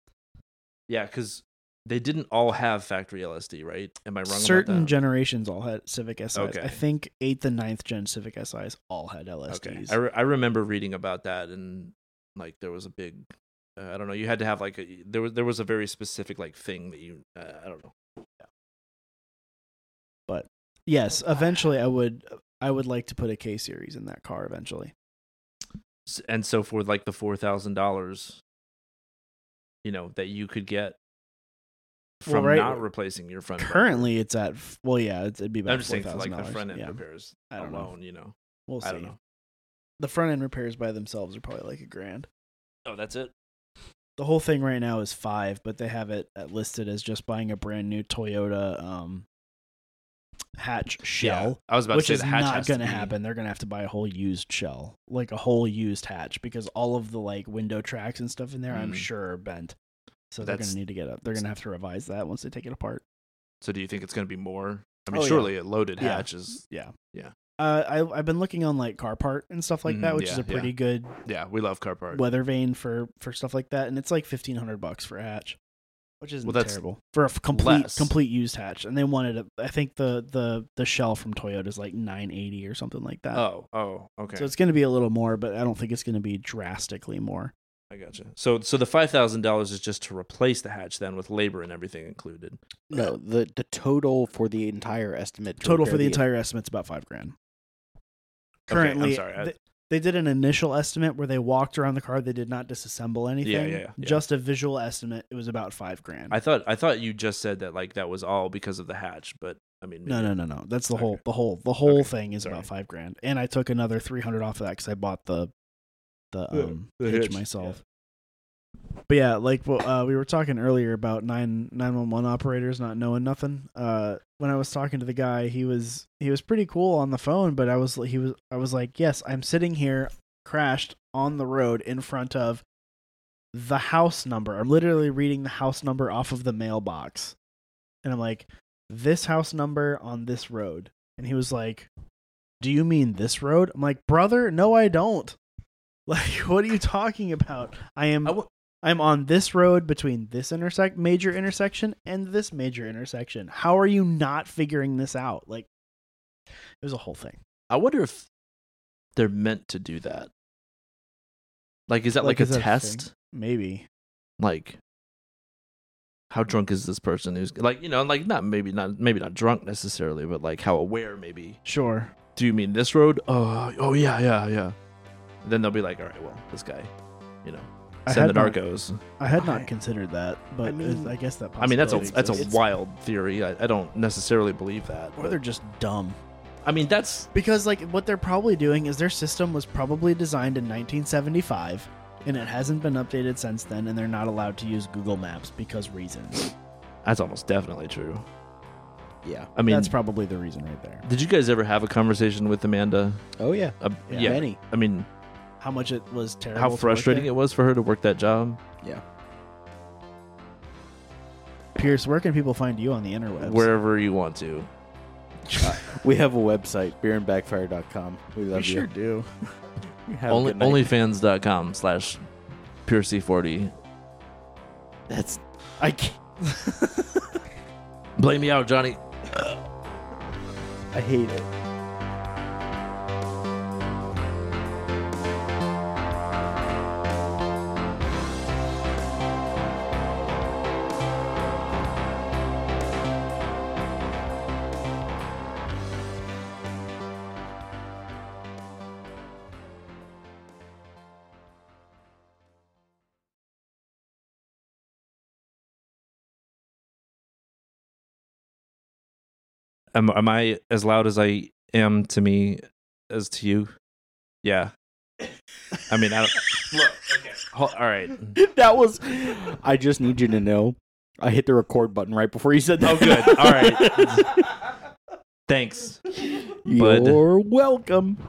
Speaker 3: yeah, because they didn't all have factory LSD, right? Am I wrong?
Speaker 1: Certain
Speaker 3: about that?
Speaker 1: generations all had Civic SIs.
Speaker 3: Okay.
Speaker 1: I think eighth and ninth gen Civic SIs all had
Speaker 3: Okay.
Speaker 1: LSDs.
Speaker 3: I, re- I remember reading about that and like there was a big uh, I don't know, you had to have like a there was there was a very specific like thing that you uh, I don't know.
Speaker 1: yes, eventually I would. I would like to put a K series in that car eventually.
Speaker 3: S- And so for like the $4,000 you know that you could get from
Speaker 1: Well, right, uh,
Speaker 3: not replacing your front end
Speaker 1: Currently, it's at f- well, yeah, it's, it'd be
Speaker 3: bumper.
Speaker 1: about
Speaker 3: I'm just saying for like the
Speaker 1: $4,000.
Speaker 3: front end
Speaker 1: Yeah,
Speaker 3: repairs
Speaker 1: I don't know.
Speaker 3: alone, you know.
Speaker 1: We'll see.
Speaker 3: I don't know.
Speaker 1: The front end repairs by themselves are probably like a grand.
Speaker 3: Oh, that's it.
Speaker 1: the whole thing right now is five, but they have it uh, listed as just buying a brand new Toyota um, hatch shell,
Speaker 3: I was about
Speaker 1: which
Speaker 3: to say
Speaker 1: is
Speaker 3: the hatch
Speaker 1: not
Speaker 3: has to
Speaker 1: going to
Speaker 3: be-
Speaker 1: happen. They're going to have to buy a whole used shell, like a whole used hatch, because all of the like window tracks and stuff in there, I'm
Speaker 3: Mm.
Speaker 1: sure, are bent. So they're
Speaker 3: But
Speaker 1: going
Speaker 3: that's-
Speaker 1: to need to get up. They're going to have to revise that once they take it apart.
Speaker 3: So do you think it's going to be more? I
Speaker 1: Oh,
Speaker 3: mean,
Speaker 1: yeah.
Speaker 3: surely a loaded
Speaker 1: Yeah.
Speaker 3: hatch is
Speaker 1: Yeah,
Speaker 3: Yeah.
Speaker 1: Uh, I I've been looking on like Carpart and stuff like that,
Speaker 3: Mhm,
Speaker 1: which is
Speaker 3: yeah,
Speaker 1: a pretty good
Speaker 3: yeah, we love car parts.
Speaker 1: weather vane for for stuff like that, and it's like fifteen hundred bucks for a hatch, which isn't
Speaker 3: Well, that's
Speaker 1: terrible for a f- complete
Speaker 3: less.
Speaker 1: complete used hatch. And they wanted, a, I think the the the shell from Toyota is like nine eighty or something like that.
Speaker 3: Oh, oh, okay.
Speaker 1: So it's going to be a little more, but I don't think it's going to be drastically more.
Speaker 3: I gotcha. So so the five thousand dollars is just to replace the hatch then with labor and everything included.
Speaker 2: No, the the total for the entire estimate. to
Speaker 1: Total
Speaker 2: repair
Speaker 1: for the entire estimate's about five grand.
Speaker 3: Okay, I'm
Speaker 1: Currently,
Speaker 3: sorry, I-
Speaker 1: th- they, did an initial estimate where they walked around the car. They did not disassemble anything.
Speaker 3: yeah, yeah.
Speaker 1: Just a visual estimate. It was about five grand.
Speaker 3: I thought I thought you just said that like that was all because of the hatch, but I mean
Speaker 1: No,
Speaker 3: maybe-
Speaker 1: no, no, no. That's the
Speaker 3: Okay.
Speaker 1: whole, the whole, the whole
Speaker 3: Okay.
Speaker 1: thing is
Speaker 3: Sorry.
Speaker 1: about five grand, and I took another three hundred off of that because I bought the, the
Speaker 3: Yeah,
Speaker 1: um
Speaker 3: the
Speaker 1: hitch
Speaker 3: hitch,
Speaker 1: myself. But yeah, like well, uh, we were talking earlier about nine nine one one operators not knowing nothing. Uh, when I was talking to the guy, he was he was pretty cool on the phone, but I was he was I was like, yes, I'm sitting here crashed on the road in front of the house number. I'm literally reading the house number off of the mailbox. And I'm like, this house number on this road. And he was like, Do you mean this road? I'm like, Brother, no, I don't. Like, what are you talking about? I am
Speaker 3: I wa-
Speaker 1: I I'm on this road between this intersect major intersection and this major intersection. How are you not figuring this out? Like it was a whole thing.
Speaker 3: I wonder if they're meant to do that. Like, is that like,
Speaker 1: Like, is
Speaker 3: a
Speaker 1: that a
Speaker 3: test?
Speaker 1: Maybe.
Speaker 3: like how drunk is this person who's like you know like not maybe not maybe not drunk necessarily but like how aware maybe
Speaker 1: Sure.
Speaker 3: do you mean this road oh oh yeah yeah yeah then they'll be like all right well this guy you know
Speaker 1: I
Speaker 3: send the
Speaker 1: had not-
Speaker 3: narcos
Speaker 1: I had
Speaker 2: I-
Speaker 1: not considered that, but I,
Speaker 2: mean-
Speaker 1: I guess that
Speaker 3: i mean that's a
Speaker 1: possibility
Speaker 3: that's a
Speaker 1: exists.
Speaker 3: wild theory i, I don't necessarily believe that
Speaker 1: or
Speaker 3: but-
Speaker 1: they're just dumb.
Speaker 3: i mean that's
Speaker 1: Because like what they're probably doing is their system was probably designed in 1975 and it hasn't been updated since then and they're not allowed to use Google Maps because reasons.
Speaker 3: that's almost definitely true
Speaker 2: Yeah.
Speaker 3: i mean
Speaker 1: that's probably the reason right there.
Speaker 3: did you guys ever have a conversation with amanda
Speaker 2: Oh yeah.
Speaker 3: Uh, yeah,
Speaker 1: Yeah.
Speaker 2: Many.
Speaker 3: i mean
Speaker 1: How much it was terrible. to
Speaker 3: how
Speaker 1: work
Speaker 3: frustrating
Speaker 1: there.
Speaker 3: it was for her to work that job
Speaker 2: Yeah.
Speaker 1: Pierce, where can people find you on the interwebs?
Speaker 3: wherever you want to
Speaker 2: We have a website, beerandbackfire.com. We
Speaker 1: we
Speaker 2: love
Speaker 1: sure
Speaker 2: you.
Speaker 1: do.
Speaker 2: Have a
Speaker 3: only
Speaker 2: good night.
Speaker 3: onlyfans.com slash pure c40
Speaker 2: That's I can't,
Speaker 3: blame me out johnny
Speaker 2: I hate it.
Speaker 3: am, am i as loud as i am to me as to you yeah i mean i don't look okay all right
Speaker 2: that was I just need you to know. I hit the record button right before you said that.
Speaker 3: oh good all right thanks Bud.
Speaker 2: You're welcome.